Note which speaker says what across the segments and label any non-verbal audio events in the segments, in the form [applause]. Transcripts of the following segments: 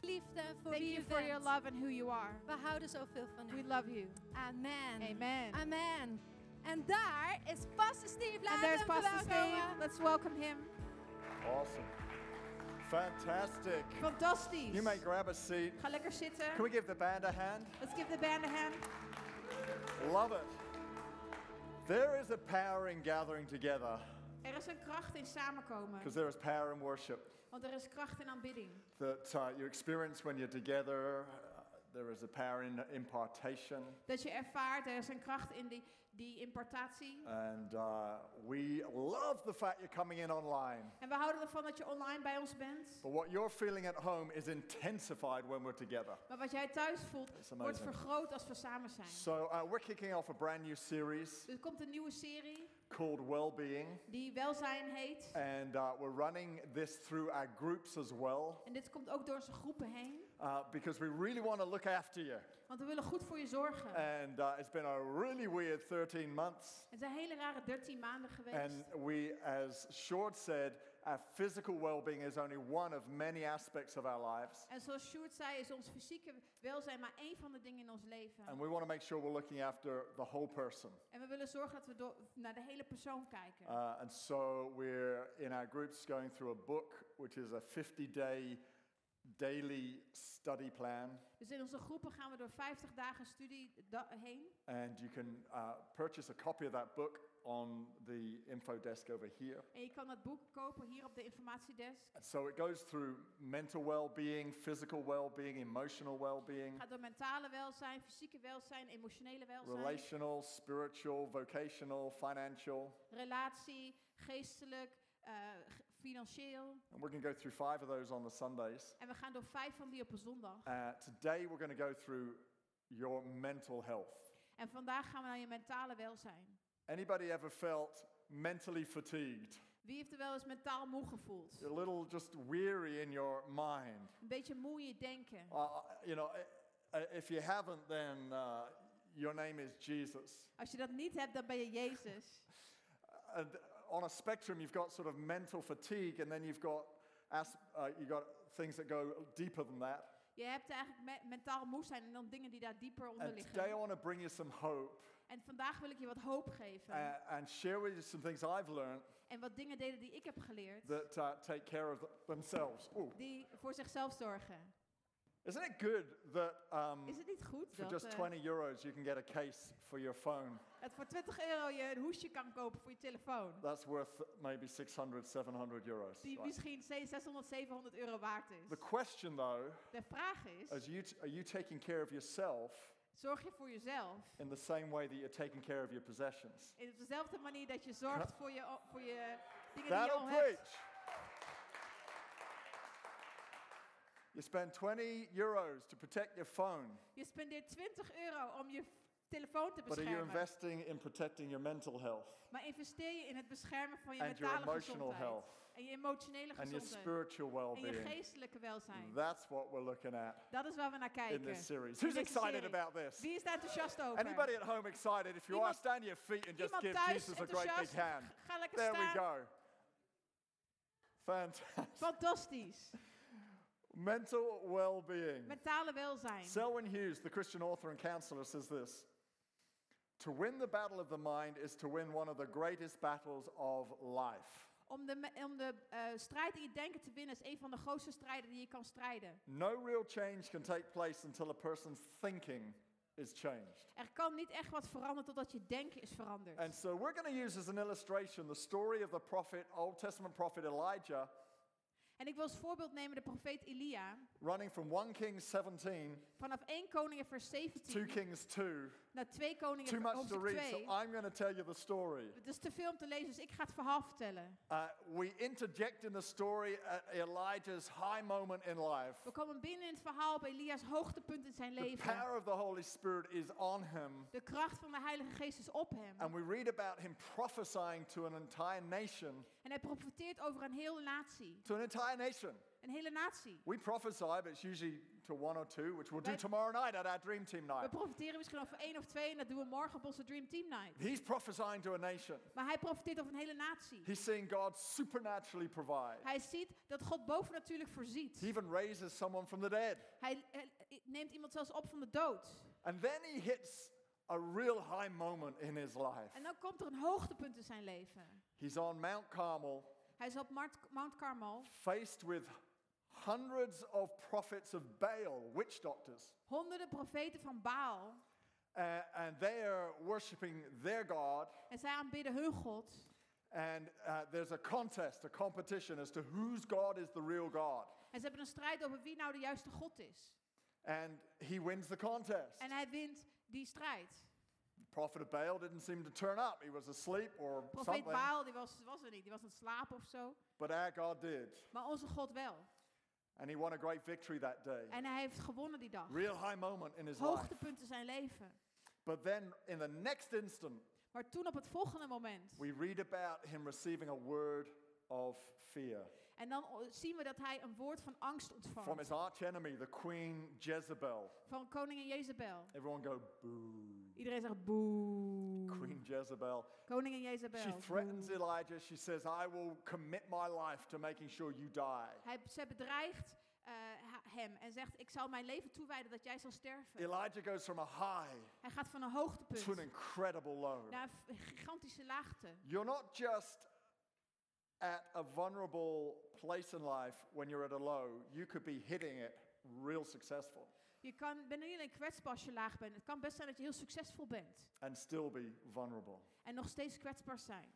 Speaker 1: liefde voor
Speaker 2: Thank
Speaker 1: wie
Speaker 2: you
Speaker 1: u
Speaker 2: for your
Speaker 1: bent.
Speaker 2: love and who you are.
Speaker 1: We houden zoveel van
Speaker 2: We
Speaker 1: u.
Speaker 2: love you.
Speaker 1: Amen.
Speaker 2: Amen.
Speaker 1: Amen. En daar is Pastor Steve. Laat
Speaker 2: And there's
Speaker 1: hem
Speaker 2: Pastor Steve.
Speaker 1: verwelkomen.
Speaker 2: Let's welcome him.
Speaker 3: Awesome. Fantastic.
Speaker 2: Fantastisch.
Speaker 3: You may grab a seat.
Speaker 2: Ga lekker zitten.
Speaker 3: Can we give the band a hand?
Speaker 2: Let's give the band a hand.
Speaker 3: Love it. There is a power in gathering together
Speaker 2: Er is een kracht in samenkomen.
Speaker 3: because there is power in worship
Speaker 2: Want er is kracht in aanbidding.
Speaker 3: that uh, you experience when you're together. Uh, there is a power in impartation.
Speaker 2: Dat je ervaart, er is een kracht in die, die importatie.
Speaker 3: And uh, we love the fact you're coming in online.
Speaker 2: En we houden ervan dat je online bij ons bent.
Speaker 3: But what you're feeling at home is intensified when we're together.
Speaker 2: Maar wat jij thuis voelt,
Speaker 3: It's
Speaker 2: wordt
Speaker 3: amazing.
Speaker 2: vergroot als we samen zijn.
Speaker 3: So uh, we're kicking off a brand new series
Speaker 2: Er komt een nieuwe serie
Speaker 3: called Wellbeing.
Speaker 2: die Welzijn heet.
Speaker 3: And uh, we're running this through our groups as well
Speaker 2: En dit komt ook door onze groepen heen.
Speaker 3: uh, because we really want to look after you.
Speaker 2: Want we willen goed voor je zorgen.
Speaker 3: And uh, it's been a really weird 13 months.
Speaker 2: Het zijn hele rare 13 maanden geweest.
Speaker 3: And we, as Short said, our physical well being is only one of many aspects of our lives.
Speaker 2: en zoals Sjoerd zei, is ons fysieke welzijn maar één van de dingen in ons leven.
Speaker 3: And we want to make sure we're looking after the whole person.
Speaker 2: en we willen zorgen dat we door- naar de hele persoon kijken.
Speaker 3: Uh, and so we're in our groups going through a book, which is a 50 day daily study plan.
Speaker 2: dus in onze groepen gaan we door 50 dagen studie da- heen.
Speaker 3: And you can uh, purchase a copy of that book on the info desk over here.
Speaker 2: En je kan dat boek kopen hier op de informatiedesk.
Speaker 3: And so it goes through mental well being, physical well being, emotional well being,
Speaker 2: Het gaat door mentale welzijn, fysieke welzijn, emotionele welzijn,
Speaker 3: relational, spiritual, vocational, financial.
Speaker 2: relatie, geestelijk, eh, g- financieel.
Speaker 3: And we're going to go through five of those on the Sundays.
Speaker 2: En we gaan door vijf van die op een zondag.
Speaker 3: Uh, today we're going to go through your mental health.
Speaker 2: En vandaag gaan we naar je mentale welzijn.
Speaker 3: Anybody ever felt mentally fatigued?
Speaker 2: Wie heeft er wel eens mentaal moe gevoeld?
Speaker 3: You're a little just weary in your mind.
Speaker 2: Een beetje moe in je denken.
Speaker 3: Uh, you know, i- i- if you haven't, then uh, your name is Jesus.
Speaker 2: Als je dat niet hebt, dan ben je Jezus.
Speaker 3: and on a spectrum, you've got sort of mental fatigue, and then you've got as, uh, you got things that go deeper than that.
Speaker 2: Je hebt eigenlijk me- mentaal moe zijn en dan dingen die daar dieper onder
Speaker 3: And today, I
Speaker 2: liggen.
Speaker 3: want to bring you some hope
Speaker 2: En vandaag wil ik je wat hoop geven.
Speaker 3: and, and share with you some things I've learned
Speaker 2: en wat dingen delen die ik heb geleerd.
Speaker 3: that uh, take care of th- themselves. Ooh.
Speaker 2: die voor zichzelf zorgen.
Speaker 3: Isn't it good that um,
Speaker 2: Is het niet goed
Speaker 3: for
Speaker 2: dat,
Speaker 3: just
Speaker 2: eh,
Speaker 3: 20 euros you can get a case for your phone
Speaker 2: dat voor 20 euro je een hoesje kan kopen voor je telefoon?
Speaker 3: that's worth maybe 600, 700 euros?
Speaker 2: Die
Speaker 3: right?
Speaker 2: misschien ze- 600, 700 euro waard is.
Speaker 3: The question, though,
Speaker 2: De vraag is,
Speaker 3: is you t- are you taking care of yourself
Speaker 2: zorg je voor jezelf?
Speaker 3: in the same way that you're taking care of your possessions?
Speaker 2: En op dezelfde manier dat je zorgt voor je, o- voor je dingen die je
Speaker 3: That'll
Speaker 2: al
Speaker 3: preach.
Speaker 2: hebt.
Speaker 3: You spend 20 euros to protect your phone,
Speaker 2: Je spendeert 20 euro om je f- telefoon te
Speaker 3: but are you
Speaker 2: beschermen.
Speaker 3: investing in protecting your mental health
Speaker 2: Maar investeer je in het beschermen van je
Speaker 3: and your
Speaker 2: mentale
Speaker 3: emotional
Speaker 2: gezondheid.
Speaker 3: health
Speaker 2: En je emotionele
Speaker 3: and your
Speaker 2: gezondheid.
Speaker 3: spiritual
Speaker 2: En je
Speaker 3: well-being?
Speaker 2: geestelijke welzijn.
Speaker 3: That's what we're looking at
Speaker 2: Dat is waar we naar
Speaker 3: in
Speaker 2: kijken.
Speaker 3: this series.
Speaker 2: In
Speaker 3: Who's
Speaker 2: deze
Speaker 3: excited
Speaker 2: serie.
Speaker 3: about this?
Speaker 2: Wie is daar enthousiast over?
Speaker 3: Anybody at home excited? If you are,
Speaker 2: Iemand-
Speaker 3: stand to your feet and just
Speaker 2: Iemand
Speaker 3: give
Speaker 2: thuis
Speaker 3: Jesus a great big
Speaker 2: enthousiast?
Speaker 3: hand.
Speaker 2: Ga lekker
Speaker 3: There we
Speaker 2: staan.
Speaker 3: go. Fantastic.
Speaker 2: Fantastisch.
Speaker 3: Mental well-being.
Speaker 2: Mentale welzijn.
Speaker 3: Selwyn Hughes, the Christian author and counselor, says this To win the battle of the mind is to win one of the greatest battles of life.
Speaker 2: Om de, me- om de eh, strijd in je denken te winnen is een van de grootste strijden die je kan strijden.
Speaker 3: No real change can take place until a person's thinking is changed.
Speaker 2: Er kan niet echt wat veranderen totdat je denken is veranderd.
Speaker 3: And so we're going to use as an illustration the story of the prophet, Old Testament prophet Elijah,
Speaker 2: En ik wil als voorbeeld nemen de profeet Elia.
Speaker 3: running from 1 Kings 17,
Speaker 2: Vanaf 1 Koningen vers
Speaker 3: [laughs] 2
Speaker 2: 17
Speaker 3: Kings 2.
Speaker 2: naar 2 Koningen
Speaker 3: Too
Speaker 2: vers
Speaker 3: much to
Speaker 2: hoofdstuk
Speaker 3: read, so
Speaker 2: 2.
Speaker 3: I'm going to tell you the story.
Speaker 2: Het is te veel om te lezen, dus ik ga het verhaal vertellen.
Speaker 3: Uh, we interject in the story at Elijah's high moment in life.
Speaker 2: We komen binnen in het verhaal bij Elia's hoogtepunt in zijn
Speaker 3: The
Speaker 2: leven.
Speaker 3: power of the Holy Spirit is on him.
Speaker 2: De kracht van de Heilige Geest is op hem.
Speaker 3: And we read about him prophesying to an entire nation.
Speaker 2: En hij profiteert over een hele natie.
Speaker 3: To an entire nation.
Speaker 2: Een hele natie.
Speaker 3: We prophesy, but it's usually to one or two, which we'll do
Speaker 2: Wij-
Speaker 3: tomorrow night at our dream team
Speaker 2: We
Speaker 3: night.
Speaker 2: profiteren misschien over één of twee en dat doen we morgen op onze Dream Team Night.
Speaker 3: He's prophesying to a nation.
Speaker 2: Maar hij profiteert over een hele natie.
Speaker 3: He's seeing God supernaturally provide.
Speaker 2: Hij ziet dat God bovennatuurlijk voorziet.
Speaker 3: He even raises someone from the dead.
Speaker 2: Hij eh, neemt iemand zelfs op van de dood.
Speaker 3: And then he hits a real high moment in his life.
Speaker 2: En dan komt er een hoogtepunt in zijn leven.
Speaker 3: He's on Mount Carmel,
Speaker 2: Hij is op Mart- Mount Carmel.
Speaker 3: faced with hundreds of prophets of Baal, witch doctors.
Speaker 2: Honderden profeten van Baal.
Speaker 3: Uh, and they are worshiping their God.
Speaker 2: En zij aanbidden hun God.
Speaker 3: And uh, there's a contest, a competition as to whose God is the real God.
Speaker 2: En ze hebben een strijd over wie nou de juiste God is.
Speaker 3: And he wins the contest.
Speaker 2: En hij wint die strijd.
Speaker 3: the prophet of Baal didn't seem to turn up. He was asleep or
Speaker 2: Profeet
Speaker 3: something.
Speaker 2: Baal die was, was er niet. Die was aan het slapen of zo.
Speaker 3: But our God did.
Speaker 2: Maar onze God wel.
Speaker 3: And he won a great victory that day.
Speaker 2: En hij heeft gewonnen die dag.
Speaker 3: real high moment in his life.
Speaker 2: Hoogtepunt in zijn leven.
Speaker 3: But then in the next instant,
Speaker 2: Maar toen op het volgende moment.
Speaker 3: we read about him receiving a word of fear
Speaker 2: En dan o- zien we dat hij een woord van angst
Speaker 3: from
Speaker 2: ontvangt.
Speaker 3: his arch enemy, the queen Jezebel.
Speaker 2: Van koningin Jezebel.
Speaker 3: Everyone go, boo.
Speaker 2: Iedereen zegt boe.
Speaker 3: Queen Jezebel.
Speaker 2: Koningin Jezebel.
Speaker 3: She threatens
Speaker 2: boe.
Speaker 3: Elijah. She says, I will commit my life to making sure you die.
Speaker 2: Hij, zij bedreigt eh, ha- hem en zegt: Ik zal mijn leven toewijden dat jij zal sterven.
Speaker 3: Elijah goes from a high
Speaker 2: hij gaat van een
Speaker 3: to
Speaker 2: hoogtepunt
Speaker 3: an incredible low.
Speaker 2: naar een gigantische laagte.
Speaker 3: You're not just at a vulnerable place in life when you're at a low, you could be hitting it real successful
Speaker 2: Je kan, bent niet alleen kwetsbaar als je laag bent. Het kan best zijn dat je heel succesvol bent
Speaker 3: and still be vulnerable.
Speaker 2: en nog steeds kwetsbaar zijn.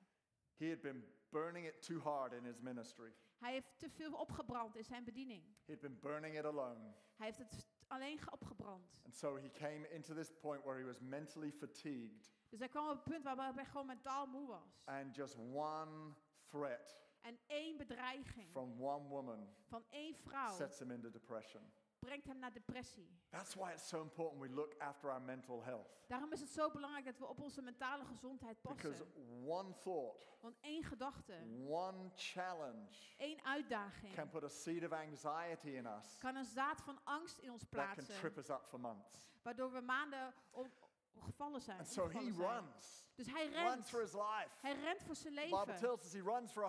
Speaker 3: He had been burning it too hard in his ministry.
Speaker 2: Hij heeft te veel opgebrand in zijn bediening.
Speaker 3: He'd been burning it alone.
Speaker 2: Hij heeft het alleen ge- opgebrand.
Speaker 3: And so he came into this point where he was mentally fatigued
Speaker 2: Dus hij kwam op het punt waarbij hij gewoon mentaal moe was.
Speaker 3: and just one threat
Speaker 2: En één bedreiging
Speaker 3: from one woman
Speaker 2: van één vrouw
Speaker 3: sets him into depression.
Speaker 2: brengt hem naar depressie.
Speaker 3: That's why it's so important we look after our mental health
Speaker 2: Daarom is het zo belangrijk dat we op onze mentale gezondheid
Speaker 3: because
Speaker 2: passen.
Speaker 3: one thought,
Speaker 2: Want één gedachte,
Speaker 3: one challenge
Speaker 2: één uitdaging
Speaker 3: can put a seed of anxiety in us
Speaker 2: kan een zaad van angst in ons
Speaker 3: that can
Speaker 2: plaatsen,
Speaker 3: trip us up for months.
Speaker 2: waardoor we maanden o- o- gevallen zijn.
Speaker 3: And so he
Speaker 2: omgevallen zijn.
Speaker 3: runs,
Speaker 2: Dus hij
Speaker 3: runs
Speaker 2: rent.
Speaker 3: for his life.
Speaker 2: Hij rent voor zijn
Speaker 3: The Bible
Speaker 2: leven.
Speaker 3: tells us he runs for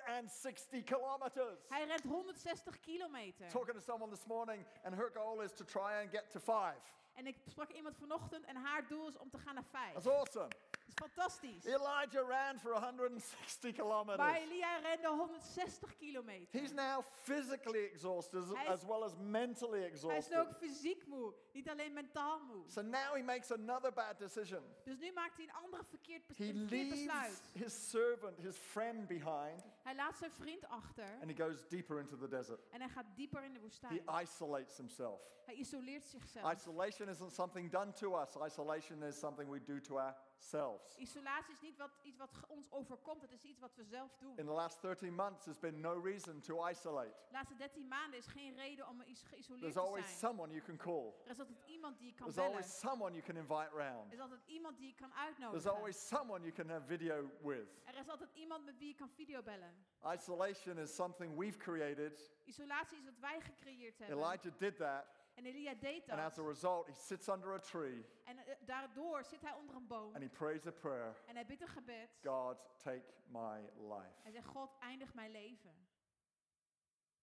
Speaker 3: 160 kilometers.
Speaker 2: Hij rent 160 kilometer.
Speaker 3: Talking to someone this morning, and her goal is to try and get to five.
Speaker 2: En ik sprak iemand vanochtend en haar doel is om te gaan naar vijf.
Speaker 3: That's
Speaker 2: Dat
Speaker 3: awesome.
Speaker 2: is fantastisch.
Speaker 3: Elijah ran for 160
Speaker 2: Maar
Speaker 3: kilometers.
Speaker 2: Elia rende 160 kilometer.
Speaker 3: He's now physically exhausted as,
Speaker 2: Hij is-
Speaker 3: as well as mentally
Speaker 2: Hij is
Speaker 3: exhausted.
Speaker 2: nu ook fysiek moe, niet alleen mentaal moe.
Speaker 3: So now he makes another bad decision.
Speaker 2: Dus nu maakt hij een andere verkeerd, bes-
Speaker 3: He
Speaker 2: een verkeerd
Speaker 3: leaves
Speaker 2: besluit.
Speaker 3: his servant, his friend behind,
Speaker 2: Hij laat zijn vriend achter
Speaker 3: and he goes deeper into the desert.
Speaker 2: en hij gaat dieper in de
Speaker 3: He
Speaker 2: woestijn.
Speaker 3: isolates himself.
Speaker 2: Hij isoleert zichzelf.
Speaker 3: Isolation isn't something done to us, isolation is something we do to ourselves.
Speaker 2: Isolatie is niet wat, iets wat ge- ons overkomt, het is iets wat we zelf doen.
Speaker 3: In the last 13 months, there's been no reason to isolate.
Speaker 2: De laatste 13 maanden is geen reden om is- geïsoleerd
Speaker 3: There's
Speaker 2: te
Speaker 3: always
Speaker 2: zijn.
Speaker 3: someone you can call,
Speaker 2: Er is altijd iemand die je kan
Speaker 3: there's
Speaker 2: bellen.
Speaker 3: always someone you can invite
Speaker 2: Er
Speaker 3: round,
Speaker 2: is altijd iemand die je kan
Speaker 3: there's
Speaker 2: uitnodigen.
Speaker 3: always someone you can have video with.
Speaker 2: Er is altijd iemand met wie je kan videobellen.
Speaker 3: Isolation is something we've created.
Speaker 2: Isolatie is wat wij gecreëerd hebben.
Speaker 3: Elijah did that,
Speaker 2: En Elia deed
Speaker 3: and as
Speaker 2: dat.
Speaker 3: a result, he sits under a tree
Speaker 2: En eh, daardoor zit hij onder een boom.
Speaker 3: and he prays a prayer
Speaker 2: En hij bidt een gebed.
Speaker 3: God, take my
Speaker 2: Hij
Speaker 3: life.
Speaker 2: zegt, God, eindig mijn leven.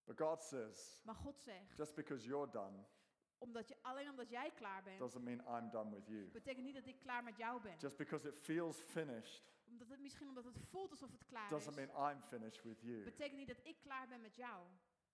Speaker 3: But God says,
Speaker 2: Maar God zegt,
Speaker 3: just because you're done
Speaker 2: omdat je, alleen omdat jij klaar bent,
Speaker 3: doesn't mean I'm done with you.
Speaker 2: betekent niet dat ik klaar met jou ben.
Speaker 3: Just because it feels finished
Speaker 2: Omdat het, misschien omdat het voelt alsof het klaar is,
Speaker 3: doesn't mean I'm finished with you.
Speaker 2: betekent niet dat ik klaar ben met jou.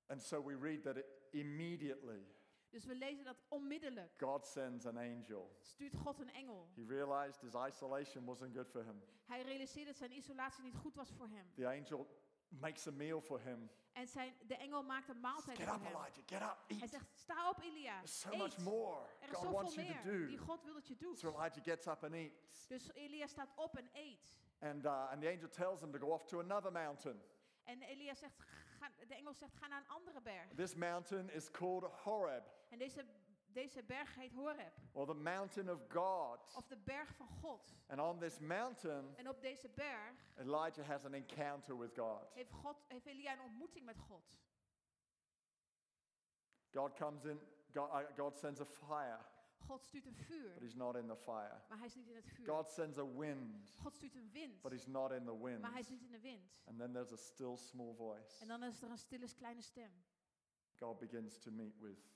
Speaker 3: And so we read that it immediately
Speaker 2: Dus we lezen dat onmiddellijk
Speaker 3: God sends an angel.
Speaker 2: stuurt God een engel.
Speaker 3: He realized his isolation wasn't good for him.
Speaker 2: Hij realiseert dat zijn isolatie niet goed was voor hem.
Speaker 3: The angel makes a meal for him.
Speaker 2: En zijn, de engel maakt een maaltijd
Speaker 3: Get
Speaker 2: voor
Speaker 3: up,
Speaker 2: hem.
Speaker 3: Elijah, get up, eat.
Speaker 2: Hij zegt, sta op Elia,
Speaker 3: There's so
Speaker 2: eet.
Speaker 3: much more
Speaker 2: Er is
Speaker 3: God wants
Speaker 2: zoveel
Speaker 3: you
Speaker 2: meer
Speaker 3: to do.
Speaker 2: die God wil dat je doet.
Speaker 3: So Elijah gets up and eats.
Speaker 2: Dus Elia staat op en eet.
Speaker 3: And, uh, and the angel tells him to go off to another mountain.
Speaker 2: En Elia zegt, ga, de engel zegt, ga naar een andere berg.
Speaker 3: This mountain is called Horeb,
Speaker 2: En deze, deze berg heet Horeb,
Speaker 3: or the mountain of God.
Speaker 2: of de berg van God.
Speaker 3: And on this mountain,
Speaker 2: En op deze berg
Speaker 3: Elijah has an encounter with God.
Speaker 2: heeft, God, heeft Elia een ontmoeting met God.
Speaker 3: God comes in, God, uh, God sends a fire,
Speaker 2: God stuurt een
Speaker 3: but
Speaker 2: vuur,
Speaker 3: he's not in the fire.
Speaker 2: maar hij is niet in het vuur.
Speaker 3: God sends a wind,
Speaker 2: God stuurt een wind,
Speaker 3: but he's not in the wind.
Speaker 2: maar hij is niet in de wind.
Speaker 3: And then there's a still small voice.
Speaker 2: En dan is er een stille kleine stem.
Speaker 3: God begins to meet with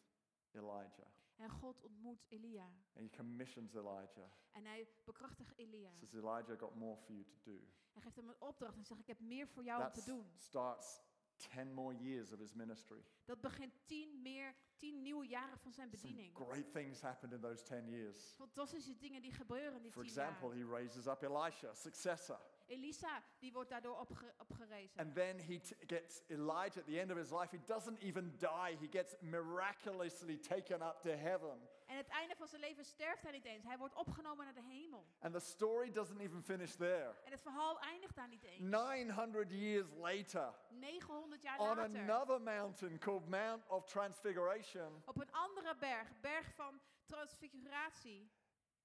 Speaker 3: Elijah.
Speaker 2: En God ontmoet Elia.
Speaker 3: And he commissions Elijah.
Speaker 2: En hij bekrachtigt Elia.
Speaker 3: Says, Elijah, I've got more for you to do.
Speaker 2: Hij geeft hem een opdracht en zegt, ik heb meer voor jou om
Speaker 3: That
Speaker 2: te doen.
Speaker 3: starts 10 more years of his ministry.
Speaker 2: Dat begint tien, meer, tien nieuwe jaren van zijn
Speaker 3: Some
Speaker 2: bediening.
Speaker 3: great things happened in those 10 years.
Speaker 2: Fantastische dingen die gebeuren in die
Speaker 3: For
Speaker 2: tien
Speaker 3: example,
Speaker 2: jaar.
Speaker 3: he raises up Elisha, successor.
Speaker 2: Elisa, die wordt daardoor opge- opgerezen.
Speaker 3: And then he t- gets Elijah at the end of his life. He doesn't even die, he gets miraculously taken up to heaven.
Speaker 2: En het einde van zijn leven sterft hij niet eens. Hij wordt opgenomen naar de hemel.
Speaker 3: And the story doesn't even finish there.
Speaker 2: En het verhaal eindigt daar niet eens.
Speaker 3: 900 years later,
Speaker 2: 900 jaar
Speaker 3: on
Speaker 2: later,
Speaker 3: another mountain called Mount of Transfiguration,
Speaker 2: op een andere berg, berg van transfiguratie,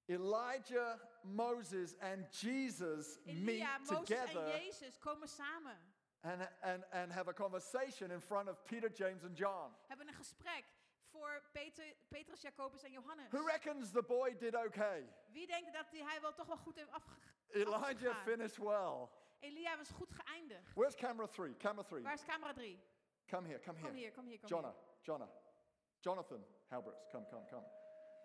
Speaker 3: Elijah, Moses, and Jesus meet
Speaker 2: Elia, Mozes en
Speaker 3: together
Speaker 2: Jezus komen samen.
Speaker 3: and, and, and have a conversation in front of Peter, James, and John.
Speaker 2: Hebben een gesprek voor Peter, Petrus, Jacobus en Johannes.
Speaker 3: Who reckons the boy did okay?
Speaker 2: Wie denkt dat die- hij wel toch wel goed heeft afge-
Speaker 3: Oh, Elijah
Speaker 2: afgegaan?
Speaker 3: finished well.
Speaker 2: Elia was goed geëindigd.
Speaker 3: Where's camera three? Camera three.
Speaker 2: Waar is camera 3?
Speaker 3: Come here, come
Speaker 2: Kom
Speaker 3: here.
Speaker 2: hier, kom hier, kom
Speaker 3: Jonah,
Speaker 2: hier.
Speaker 3: Jonah, Jonathan Halbricks, come, come, come.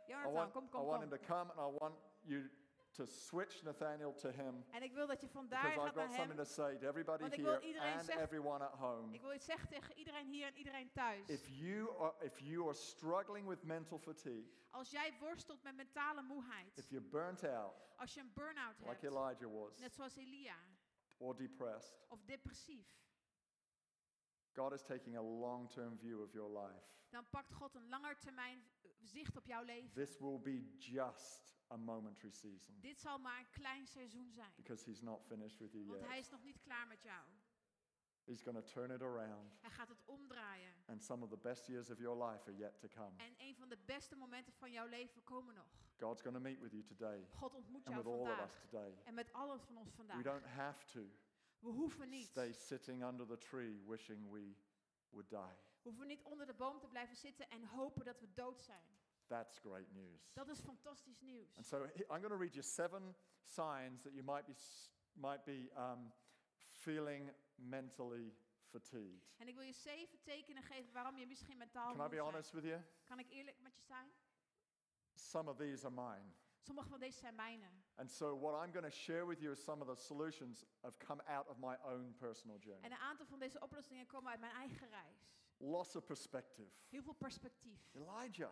Speaker 3: I
Speaker 2: Jonathan,
Speaker 3: want,
Speaker 2: kom,
Speaker 3: I
Speaker 2: kom,
Speaker 3: want
Speaker 2: kom.
Speaker 3: him to come and I want you to switch Nathaniel to him
Speaker 2: En ik wil dat je vandaar
Speaker 3: because
Speaker 2: gaat
Speaker 3: I've
Speaker 2: naar
Speaker 3: got
Speaker 2: hem.
Speaker 3: something to say to everybody
Speaker 2: Want ik wil
Speaker 3: here
Speaker 2: iedereen
Speaker 3: and
Speaker 2: zeggen-
Speaker 3: everyone at home.
Speaker 2: Ik wil iets zeggen tegen iedereen hier en iedereen thuis.
Speaker 3: If you are, if you are struggling with mental fatigue,
Speaker 2: Als jij worstelt met mentale moeheid,
Speaker 3: if you're burnt out
Speaker 2: als je een burn-out
Speaker 3: like
Speaker 2: hebt,
Speaker 3: Elijah was
Speaker 2: net zoals Elia,
Speaker 3: or depressed,
Speaker 2: of depressief,
Speaker 3: God is taking a long-term view of your life.
Speaker 2: dan pakt God een langetermijn eh, zicht op jouw leven.
Speaker 3: This will be just a momentary season
Speaker 2: Dit zal maar een klein seizoen zijn,
Speaker 3: because he's not finished with you
Speaker 2: want hij
Speaker 3: yet.
Speaker 2: is nog niet klaar met jou.
Speaker 3: He's going to turn it around
Speaker 2: Hij gaat het omdraaien.
Speaker 3: and some of the best years of your life are yet to come.
Speaker 2: En een van de beste momenten van jouw leven komen nog.
Speaker 3: God's going to meet with you today
Speaker 2: God ontmoet
Speaker 3: and
Speaker 2: jou
Speaker 3: with all of us
Speaker 2: vandaag.
Speaker 3: today.
Speaker 2: En met allen van ons
Speaker 3: We
Speaker 2: vandaag.
Speaker 3: don't have to
Speaker 2: We hoeven niet.
Speaker 3: stay sitting under the tree wishing we would die.
Speaker 2: We hoeven niet onder de boom te blijven zitten en hopen dat we dood zijn.
Speaker 3: That's great news.
Speaker 2: Dat is fantastisch nieuws.
Speaker 3: And so he- I'm going to read you seven signs that you might be, s- might be um, feeling mentally fatigued.
Speaker 2: En ik wil je zeven tekenen geven waarom je misschien mentaal
Speaker 3: Can I
Speaker 2: moe
Speaker 3: be
Speaker 2: bent.
Speaker 3: honest with you?
Speaker 2: Kan ik eerlijk met je zijn?
Speaker 3: Some of these are mine.
Speaker 2: Sommige van deze zijn mijne.
Speaker 3: And so, what I'm going to share with you is some of the solutions have come out of my own personal journey.
Speaker 2: En een aantal van deze oplossingen komen uit mijn eigen reis.
Speaker 3: Loss of perspective.
Speaker 2: Heel veel perspectief.
Speaker 3: Elijah,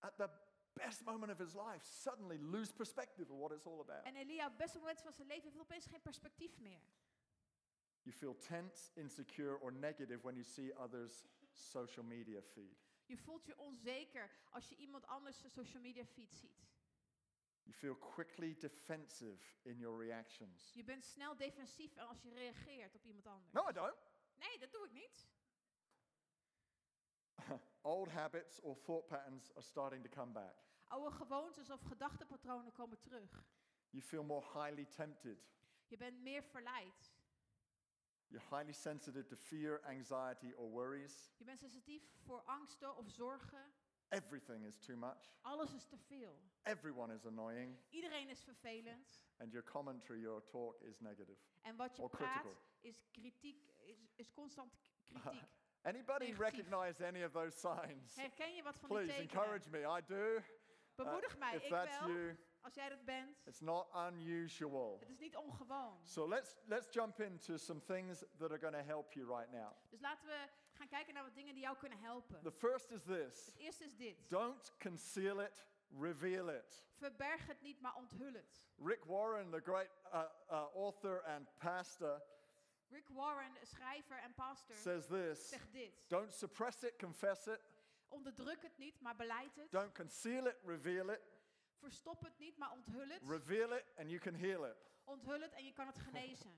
Speaker 3: at the best moment of his life, suddenly lose perspective of what it's all about.
Speaker 2: En Elia, op het beste moment van zijn leven, heeft opeens geen perspectief meer.
Speaker 3: You feel tense, insecure, or negative when you see others' social media feed.
Speaker 2: Je voelt je onzeker als je iemand anders zijn social media feed ziet.
Speaker 3: You feel quickly defensive in your reactions.
Speaker 2: Je bent snel defensief als je reageert op iemand anders.
Speaker 3: No, I don't.
Speaker 2: Nee, dat doe ik niet.
Speaker 3: Old habits or thought patterns are starting to come back.
Speaker 2: Oude gewoontes of gedachtenpatronen komen terug.
Speaker 3: You feel more highly tempted.
Speaker 2: Je bent meer verleid.
Speaker 3: You're highly sensitive to fear, anxiety, or worries.
Speaker 2: Je bent sensitief voor angsten of zorgen.
Speaker 3: Everything is too much.
Speaker 2: Alles is te veel.
Speaker 3: Everyone is annoying.
Speaker 2: Iedereen is vervelend.
Speaker 3: And your commentary, your talk is negative.
Speaker 2: En wat je
Speaker 3: Or critical.
Speaker 2: praat is kritiek, is, is constant k-
Speaker 3: [laughs]
Speaker 2: kritiek.
Speaker 3: Anybody
Speaker 2: Negatief.
Speaker 3: recognize any of those signs?
Speaker 2: Herken je wat van
Speaker 3: Please
Speaker 2: die tekenen?
Speaker 3: encourage me. I do. Uh,
Speaker 2: Bemoedig mij,
Speaker 3: if
Speaker 2: ik
Speaker 3: that's
Speaker 2: wel.
Speaker 3: you,
Speaker 2: Als jij dat bent.
Speaker 3: it's not unusual.
Speaker 2: Het is niet ongewoon.
Speaker 3: So let's let's jump into some things that are going to help you right now.
Speaker 2: Dus laten we gaan kijken naar wat dingen die jou kunnen helpen.
Speaker 3: The first is this:
Speaker 2: Het eerste is dit.
Speaker 3: don't conceal it, reveal it.
Speaker 2: Verberg het niet, maar onthul het.
Speaker 3: Rick Warren, the great uh, uh, author and pastor,
Speaker 2: Rick Warren, schrijver en pastor,
Speaker 3: says this
Speaker 2: zegt dit.
Speaker 3: Don't suppress it, confess it.
Speaker 2: Onderdruk het niet, maar beleid het.
Speaker 3: Don't conceal it, reveal it.
Speaker 2: Verstop het niet, maar onthul het.
Speaker 3: Reveal it, and you can heal it. [laughs]
Speaker 2: Onthul het en je kan het genezen.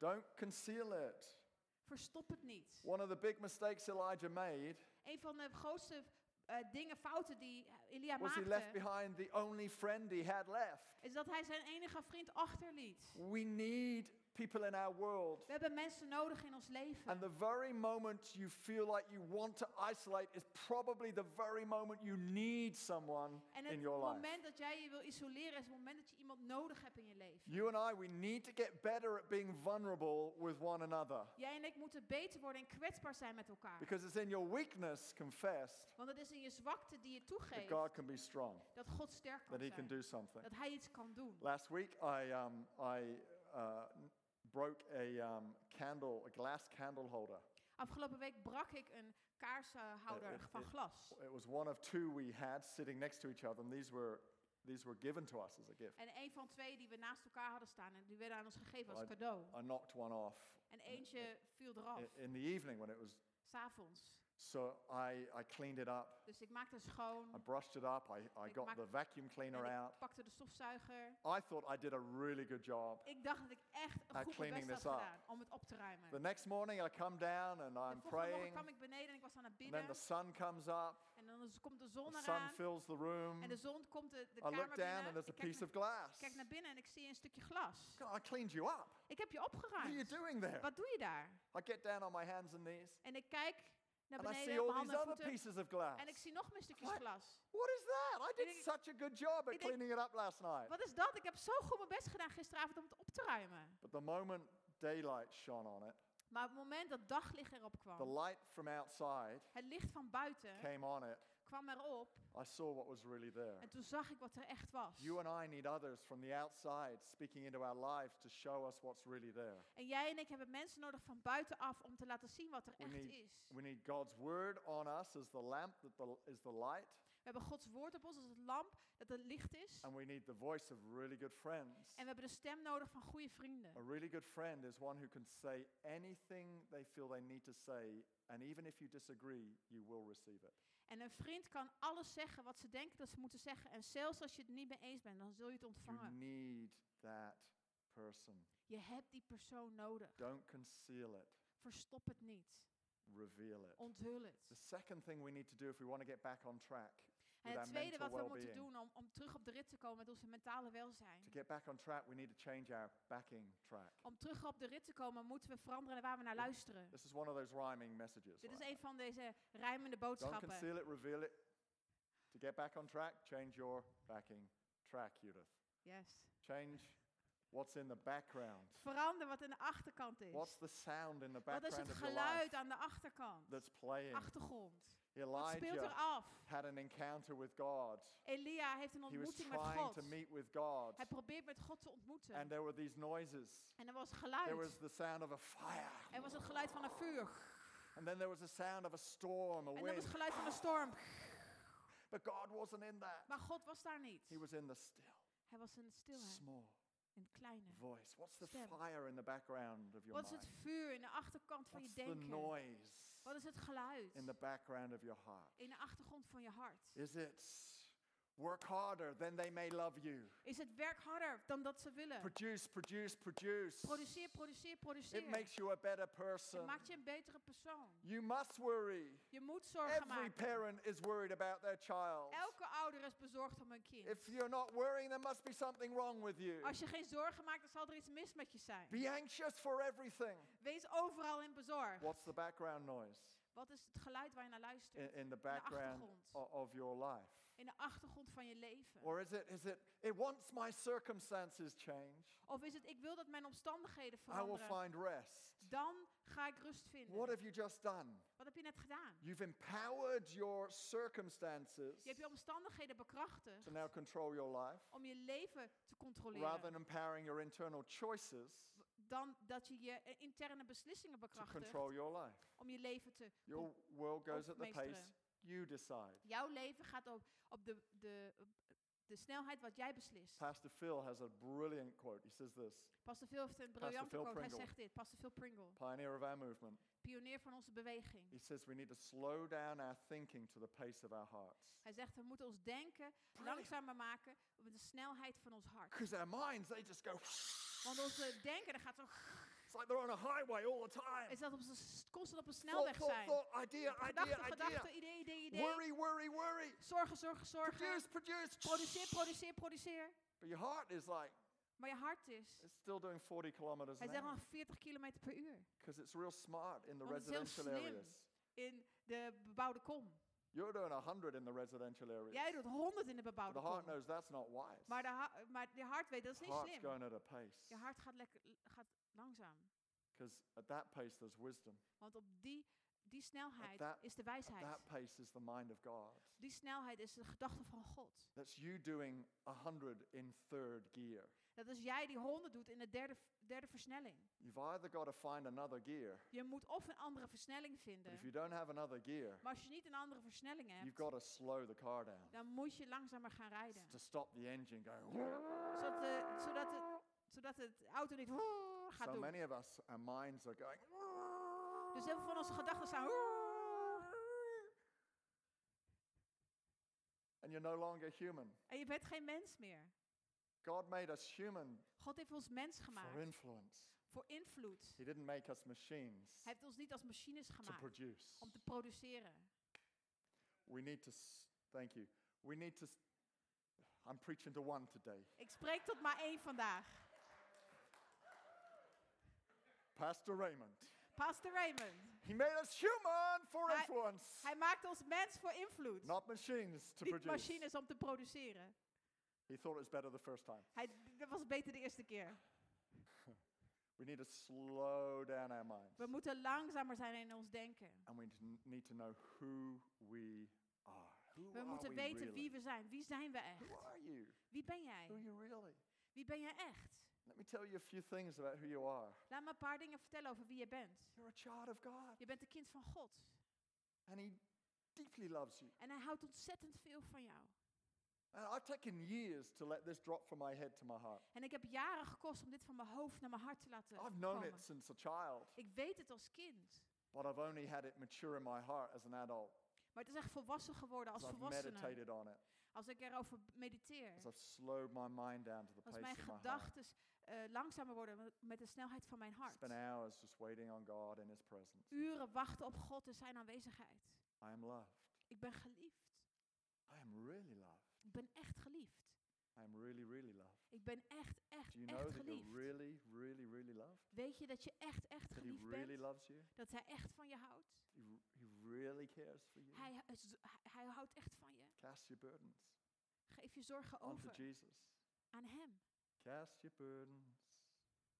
Speaker 3: Don't conceal it.
Speaker 2: Verstop het niet.
Speaker 3: One of the big mistakes Elijah made
Speaker 2: Een van de grootste eh, dingen, fouten die Elia
Speaker 3: was he left
Speaker 2: maakte,
Speaker 3: behind the only friend he had left.
Speaker 2: is dat hij zijn enige vriend achterliet.
Speaker 3: We need people in our world.
Speaker 2: We hebben mensen nodig in ons leven.
Speaker 3: And the very moment you feel like you want to isolate is probably the very moment you need someone
Speaker 2: En
Speaker 3: in
Speaker 2: het
Speaker 3: your life.
Speaker 2: moment dat jij je wil isoleren is het moment dat je iemand nodig hebt in je leven.
Speaker 3: You and I, we need to get better at being vulnerable with one another.
Speaker 2: Jij en ik moeten beter worden en kwetsbaar zijn met elkaar.
Speaker 3: Because it's in your weakness confessed
Speaker 2: Want het is in je zwakte die je
Speaker 3: that
Speaker 2: toegeeft
Speaker 3: God can be strong,
Speaker 2: dat God sterk kan
Speaker 3: that He can
Speaker 2: zijn.
Speaker 3: do something.
Speaker 2: Dat hij iets kan doen.
Speaker 3: Last week, I, um, I uh, n- broke a um, candle, a glass candle holder.
Speaker 2: Afgelopen week brak ik een
Speaker 3: Eh, eh,
Speaker 2: kaarsenhouder van
Speaker 3: eh,
Speaker 2: glas.
Speaker 3: It was one of two we had sitting next to each other, and these were, these were given to us as a gift.
Speaker 2: En één van twee die we naast elkaar hadden staan en die werden aan ons gegeven als
Speaker 3: Right.
Speaker 2: cadeau.
Speaker 3: I knocked one off
Speaker 2: En
Speaker 3: eh,
Speaker 2: eentje viel eraf,
Speaker 3: i- in the evening when it was.
Speaker 2: s'avonds.
Speaker 3: So I, I cleaned it up.
Speaker 2: Dus ik maakte
Speaker 3: I
Speaker 2: schoon
Speaker 3: brushed it up. I, I
Speaker 2: Ik
Speaker 3: got
Speaker 2: maak-
Speaker 3: the vacuum
Speaker 2: en
Speaker 3: cleaner out.
Speaker 2: ik pakte de stofzuiger.
Speaker 3: I thought I did a really good job.
Speaker 2: Ik dacht dat ik echt
Speaker 3: Ah,
Speaker 2: een goed mijn
Speaker 3: cleaning
Speaker 2: best had
Speaker 3: this up.
Speaker 2: gedaan om het op te ruimen.
Speaker 3: The next morning I come down and
Speaker 2: De
Speaker 3: I'm
Speaker 2: volgende morgen
Speaker 3: praying.
Speaker 2: kwam ik beneden en ik was aan het
Speaker 3: And then
Speaker 2: bidden.
Speaker 3: the sun comes up.
Speaker 2: En dan is- komt de zon
Speaker 3: The sun
Speaker 2: eraan.
Speaker 3: fills the room.
Speaker 2: En de zon komt de, de
Speaker 3: I
Speaker 2: kamer
Speaker 3: look down and
Speaker 2: binnen.
Speaker 3: there's
Speaker 2: Ik
Speaker 3: a
Speaker 2: kijk,
Speaker 3: piece
Speaker 2: naar,
Speaker 3: of glass.
Speaker 2: kijk naar binnen en ik zie een stukje glas.
Speaker 3: God, I cleaned you up.
Speaker 2: Ik heb je
Speaker 3: What are you
Speaker 2: opgeruimd.
Speaker 3: doing there?
Speaker 2: Wat doe je daar?
Speaker 3: I get down on my hands and knees
Speaker 2: En ik kijk naar
Speaker 3: and I see
Speaker 2: beneden op
Speaker 3: all
Speaker 2: mijn handen
Speaker 3: these
Speaker 2: en
Speaker 3: other
Speaker 2: voeten.
Speaker 3: pieces of glass.
Speaker 2: En ik zie nog meer stukjes
Speaker 3: Wat?
Speaker 2: glas.
Speaker 3: What is that? I did
Speaker 2: denk ik-
Speaker 3: such a good job at
Speaker 2: ik denk-
Speaker 3: cleaning it up last night.
Speaker 2: Wat is dat? Ik heb zo goed mijn best gedaan gisteravond om het op te ruimen.
Speaker 3: But the moment daylight shone on it,
Speaker 2: Maar op het moment dat daglicht erop
Speaker 3: the
Speaker 2: kwam,
Speaker 3: light from outside
Speaker 2: het licht van buiten
Speaker 3: came on it,
Speaker 2: kwam erop
Speaker 3: I saw what was really there.
Speaker 2: en toen zag ik wat er echt was.
Speaker 3: You and I need others from the outside speaking into our lives to show us what's really there.
Speaker 2: En jij en ik hebben mensen nodig van buitenaf om te laten zien wat er
Speaker 3: We
Speaker 2: echt
Speaker 3: need-
Speaker 2: is.
Speaker 3: We need God's word on us as the lamp that the, is the light,
Speaker 2: We hebben Gods woord op ons als het lamp dat het licht is.
Speaker 3: and we need the voice of really good friends.
Speaker 2: En we hebben de stem nodig van goede vrienden.
Speaker 3: A really good friend is one who can say anything they feel they need to say, and even if you disagree, you will receive it.
Speaker 2: En een vriend kan alles zeggen wat ze denken dat ze moeten zeggen. En zelfs als je het niet mee eens bent, dan zul je het
Speaker 3: You
Speaker 2: ontvangen.
Speaker 3: need that person.
Speaker 2: Je hebt die persoon nodig.
Speaker 3: Don't conceal it,
Speaker 2: Verstop het niet.
Speaker 3: reveal it.
Speaker 2: Onthul het.
Speaker 3: The second thing we need to do if we want to get back on track
Speaker 2: En
Speaker 3: with our
Speaker 2: het tweede
Speaker 3: mental
Speaker 2: wat we
Speaker 3: well-being,
Speaker 2: moeten doen om, om terug op de rit te komen met onze mentale welzijn.
Speaker 3: to get back on track, we need to change our backing track.
Speaker 2: Om terug op de rit te komen moeten we veranderen waar we naar luisteren.
Speaker 3: This is one of those rhyming messages.
Speaker 2: Dit is
Speaker 3: right?
Speaker 2: een van deze rijmende
Speaker 3: Don't
Speaker 2: boodschappen.
Speaker 3: conceal it, reveal it. To get back on track, change your backing track, Judith.
Speaker 2: Yes.
Speaker 3: Change what's in the background.
Speaker 2: Verander wat aan de achterkant is.
Speaker 3: What's the sound in the
Speaker 2: Wat is
Speaker 3: background
Speaker 2: het
Speaker 3: of your life
Speaker 2: geluid aan de achterkant?
Speaker 3: that's playing?
Speaker 2: Achtergrond. Wat speelt er
Speaker 3: Elijah
Speaker 2: af?
Speaker 3: had an encounter with God.
Speaker 2: Elia heeft een
Speaker 3: He was
Speaker 2: ontmoeting met
Speaker 3: trying
Speaker 2: God.
Speaker 3: to meet with God.
Speaker 2: Hij probeert met God te
Speaker 3: And
Speaker 2: ontmoeten.
Speaker 3: there were these noises.
Speaker 2: En er was
Speaker 3: There was
Speaker 2: geluid.
Speaker 3: the sound of a fire.
Speaker 2: Er was het geluid van een vuur.
Speaker 3: And then there was the sound of a storm, a
Speaker 2: En er
Speaker 3: wind.
Speaker 2: was het geluid van een storm.
Speaker 3: But God wasn't in that.
Speaker 2: Maar God was daar niet.
Speaker 3: He was in the still,
Speaker 2: Hij was in de stilheid,
Speaker 3: small
Speaker 2: in het kleine.
Speaker 3: voice. What's the
Speaker 2: Stem.
Speaker 3: fire in the background of your
Speaker 2: Wat is
Speaker 3: mind?
Speaker 2: het vuur in de achterkant van
Speaker 3: What's
Speaker 2: je
Speaker 3: the
Speaker 2: denken? Wat
Speaker 3: noise
Speaker 2: is het geluid
Speaker 3: in the background of your heart?
Speaker 2: in de achtergrond van je hart?
Speaker 3: Is it work harder than they may love you?
Speaker 2: Is het werk harder dan dat ze willen?
Speaker 3: Produce, produce, produce.
Speaker 2: Produceer, produceer, produceer.
Speaker 3: It makes you a better person.
Speaker 2: Het maakt je een betere persoon.
Speaker 3: You must worry.
Speaker 2: Je moet zorgen
Speaker 3: Every
Speaker 2: maken.
Speaker 3: parent is worried about their child.
Speaker 2: Elke ouder is bezorgd om hun kind.
Speaker 3: If you're not worrying, there must be something wrong with you.
Speaker 2: Als je geen zorgen maakt, dan zal er iets mis met je zijn.
Speaker 3: Be anxious for everything.
Speaker 2: Wees overal in bezorgd.
Speaker 3: What's the background noise
Speaker 2: Wat is het geluid waar je naar
Speaker 3: in,
Speaker 2: luistert?
Speaker 3: in the background
Speaker 2: achtergrond.
Speaker 3: o- of your life?
Speaker 2: In de achtergrond van je leven?
Speaker 3: Or is it, is it, it wants my circumstances change,
Speaker 2: Of is het, ik wil dat mijn omstandigheden
Speaker 3: I will
Speaker 2: veranderen?
Speaker 3: find rest.
Speaker 2: Dan ga ik rust vinden.
Speaker 3: What have you just done?
Speaker 2: Wat heb je net gedaan?
Speaker 3: You've empowered your circumstances
Speaker 2: Je hebt je omstandigheden bekrachtigd
Speaker 3: to now control your life
Speaker 2: om je leven te
Speaker 3: rather than
Speaker 2: controleren.
Speaker 3: empowering your internal choices
Speaker 2: Dan dat je je eh, interne beslissingen
Speaker 3: to
Speaker 2: bekrachtigt
Speaker 3: control your life.
Speaker 2: om je leven te...
Speaker 3: Your world goes at the
Speaker 2: opmeesteren.
Speaker 3: pace you decide.
Speaker 2: Jouw leven gaat op, op de, de, de snelheid wat jij beslist.
Speaker 3: Pastor Phil has a brilliant quote. He says this
Speaker 2: Pastor Phil heeft een briljante
Speaker 3: Phil
Speaker 2: quote. Hij
Speaker 3: Pringle.
Speaker 2: zegt dit. Pastor Phil Pringle,
Speaker 3: pioneer of our movement.
Speaker 2: pionier van onze beweging.
Speaker 3: He says we need to slow down our thinking to the pace of our hearts.
Speaker 2: Hij zegt, we moeten ons denken langzamer maken met de snelheid van ons hart.
Speaker 3: Because our minds, they just go, it's
Speaker 2: Want onze denken, dat gaat zo...
Speaker 3: [laughs] like they're on a highway all the time.
Speaker 2: Is dat op ze constant op een
Speaker 3: Thought,
Speaker 2: snelweg
Speaker 3: thought,
Speaker 2: zijn.
Speaker 3: thought, idea, idea,
Speaker 2: Gedachte,
Speaker 3: idea.
Speaker 2: gedachte, idee, idee, idee.
Speaker 3: Worry, worry, worry.
Speaker 2: Zorgen, zorgen, zorgen.
Speaker 3: Produce, produce.
Speaker 2: Produceer, produceer, produceer.
Speaker 3: But your heart is like,
Speaker 2: Maar je hart is...
Speaker 3: it's still doing 40 kilometers
Speaker 2: Hij
Speaker 3: an
Speaker 2: zegt
Speaker 3: hour.
Speaker 2: dan 40 km per uur.
Speaker 3: Because it's real smart in the
Speaker 2: Want het is heel
Speaker 3: residential
Speaker 2: slim.
Speaker 3: areas.
Speaker 2: In de bebouwde kom.
Speaker 3: You're doing 100 in the residential areas.
Speaker 2: Jij doet 100 in de
Speaker 3: but
Speaker 2: bebouwde
Speaker 3: the heart
Speaker 2: kom.
Speaker 3: knows that's not wise.
Speaker 2: Maar de, ha- maar de hart weet, dat is
Speaker 3: The
Speaker 2: niet
Speaker 3: heart's
Speaker 2: slim.
Speaker 3: going at a pace.
Speaker 2: Je hart gaat, lekker, gaat langzaam.
Speaker 3: Because at that pace, there's wisdom.
Speaker 2: Want op die, die snelheid
Speaker 3: that-
Speaker 2: is de
Speaker 3: At
Speaker 2: wijsheid.
Speaker 3: that pace is the mind of God.
Speaker 2: Die snelheid is de gedachte van God.
Speaker 3: That's you doing 100 in third gear.
Speaker 2: Dat is jij die 100 doet in de derde, derde versnelling.
Speaker 3: You've either got to find another gear.
Speaker 2: Je moet of een andere versnelling
Speaker 3: But if you
Speaker 2: vinden.
Speaker 3: don't have another gear,
Speaker 2: Maar als je niet een andere versnelling
Speaker 3: you've
Speaker 2: hebt,
Speaker 3: got to slow the car down
Speaker 2: dan moet je langzamer gaan rijden.
Speaker 3: to stop the engine going.
Speaker 2: Zodat de, zodat de, zodat de auto niet [laughs] gaat
Speaker 3: So
Speaker 2: doen.
Speaker 3: many of us, our minds are going.
Speaker 2: Dus heel veel van onze gedachten staan. [laughs]
Speaker 3: And you're no longer human.
Speaker 2: En je bent geen mens meer.
Speaker 3: God made us human
Speaker 2: God heeft ons mens
Speaker 3: for
Speaker 2: gemaakt.
Speaker 3: influence.
Speaker 2: Voor invloed.
Speaker 3: He didn't make us machines
Speaker 2: Hij heeft ons niet als machines
Speaker 3: to
Speaker 2: gemaakt.
Speaker 3: produce.
Speaker 2: Om te produceren.
Speaker 3: We need to. S- thank you. We need to. S- I'm preaching to one today.
Speaker 2: Ik spreek tot maar één vandaag.
Speaker 3: Pastor Raymond.
Speaker 2: Pastor Raymond.
Speaker 3: He made us human for
Speaker 2: Hij-
Speaker 3: influence,
Speaker 2: Hij maakt ons mens voor invloed.
Speaker 3: not machines to
Speaker 2: niet
Speaker 3: produce.
Speaker 2: machines om te produceren.
Speaker 3: He thought it was better the first time.
Speaker 2: Hij, dat was beter de eerste keer.
Speaker 3: We need to slow down our minds.
Speaker 2: We moeten langzamer zijn in ons denken.
Speaker 3: and we n- need to know who we are. Who
Speaker 2: We
Speaker 3: are
Speaker 2: moeten
Speaker 3: we
Speaker 2: weten
Speaker 3: really?
Speaker 2: wie we zijn. Wie zijn we
Speaker 3: Who
Speaker 2: echt?
Speaker 3: are you?
Speaker 2: Wie ben
Speaker 3: Who are
Speaker 2: jij?
Speaker 3: you really?
Speaker 2: Wie ben jij echt?
Speaker 3: Let me tell you a few things about who you are.
Speaker 2: Laat me een paar dingen vertellen over wie je bent.
Speaker 3: You're a child of God,
Speaker 2: Je bent een kind van God.
Speaker 3: and He deeply loves you.
Speaker 2: En hij houdt ontzettend veel van jou.
Speaker 3: And I've taken years to let this drop from my head to my heart.
Speaker 2: En ik heb jaren gekost om dit van mijn hoofd naar mijn hart te laten
Speaker 3: I've known
Speaker 2: komen.
Speaker 3: it since a child,
Speaker 2: Ik weet het als kind.
Speaker 3: but I've only had it mature in my heart as an adult.
Speaker 2: Maar het is echt volwassen geworden als
Speaker 3: As I've
Speaker 2: volwassene.
Speaker 3: meditated on it,
Speaker 2: Als ik erover mediteer.
Speaker 3: as I've slowed my mind down to the
Speaker 2: Als
Speaker 3: pace
Speaker 2: mijn
Speaker 3: of my heart.
Speaker 2: gedachten eh, langzamer worden wa- met de snelheid van mijn hart.
Speaker 3: Spend hours just waiting on God in His presence.
Speaker 2: Uren wachten op God en zijn aanwezigheid.
Speaker 3: I am loved.
Speaker 2: Ik ben geliefd.
Speaker 3: I am really loved.
Speaker 2: Ik ben echt geliefd.
Speaker 3: I am really, really loved.
Speaker 2: Ik ben echt, echt,
Speaker 3: Do you know
Speaker 2: echt
Speaker 3: that you're
Speaker 2: geliefd.
Speaker 3: really, really, really loved?
Speaker 2: Weet je dat je echt, echt
Speaker 3: That He
Speaker 2: geliefd
Speaker 3: really
Speaker 2: bent?
Speaker 3: loves you?
Speaker 2: Dat hij echt van je houdt?
Speaker 3: He, r- he really cares for you?
Speaker 2: Hij, is- hij houdt echt van je.
Speaker 3: Cast your burdens
Speaker 2: Geef je zorgen
Speaker 3: onto
Speaker 2: over
Speaker 3: Jesus.
Speaker 2: aan hem.
Speaker 3: Cast your burdens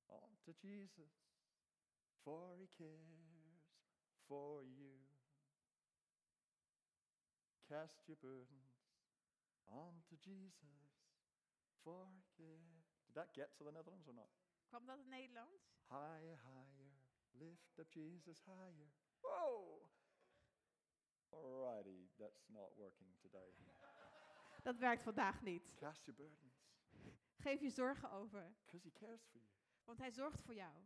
Speaker 3: onto Jesus, for He cares for you. Cast your burdens onto Jesus, for He cares. Did that get to the Netherlands or not?
Speaker 2: Kwam dat in Nederland?
Speaker 3: Higher, higher. Lift up Jesus higher. Whoa! Alrighty, that's not working today.
Speaker 2: Dat werkt vandaag niet.
Speaker 3: Cast your burdens,
Speaker 2: Geef je zorgen over,
Speaker 3: because he cares for you.
Speaker 2: want hij zorgt voor jou.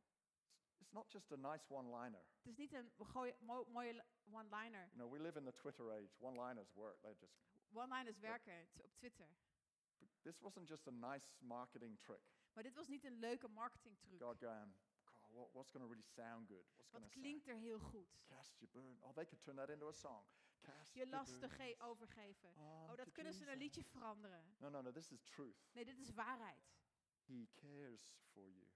Speaker 3: It's not just a nice one liner.
Speaker 2: Het is niet een gooi- mo- mooie one-liner.
Speaker 3: You know, we live in the Twitter age. One liners work, they just.
Speaker 2: One-liners werken t- op Twitter.
Speaker 3: But this wasn't just a nice marketing trick.
Speaker 2: Maar dit was niet een leuke marketingtruc.
Speaker 3: God going, God, what, what's going to really sound good? What's going
Speaker 2: Want
Speaker 3: to
Speaker 2: het
Speaker 3: sound?
Speaker 2: klinkt er heel goed.
Speaker 3: Cast your burden. Oh, they could turn that into a song. Cast
Speaker 2: Je
Speaker 3: your
Speaker 2: lasten ge-
Speaker 3: burdens
Speaker 2: overgeven. Oh, dat
Speaker 3: onto
Speaker 2: kunnen ze in een
Speaker 3: Jesus.
Speaker 2: liedje veranderen.
Speaker 3: No, no, no. This is truth.
Speaker 2: Nee, dit is waarheid.
Speaker 3: He cares for you.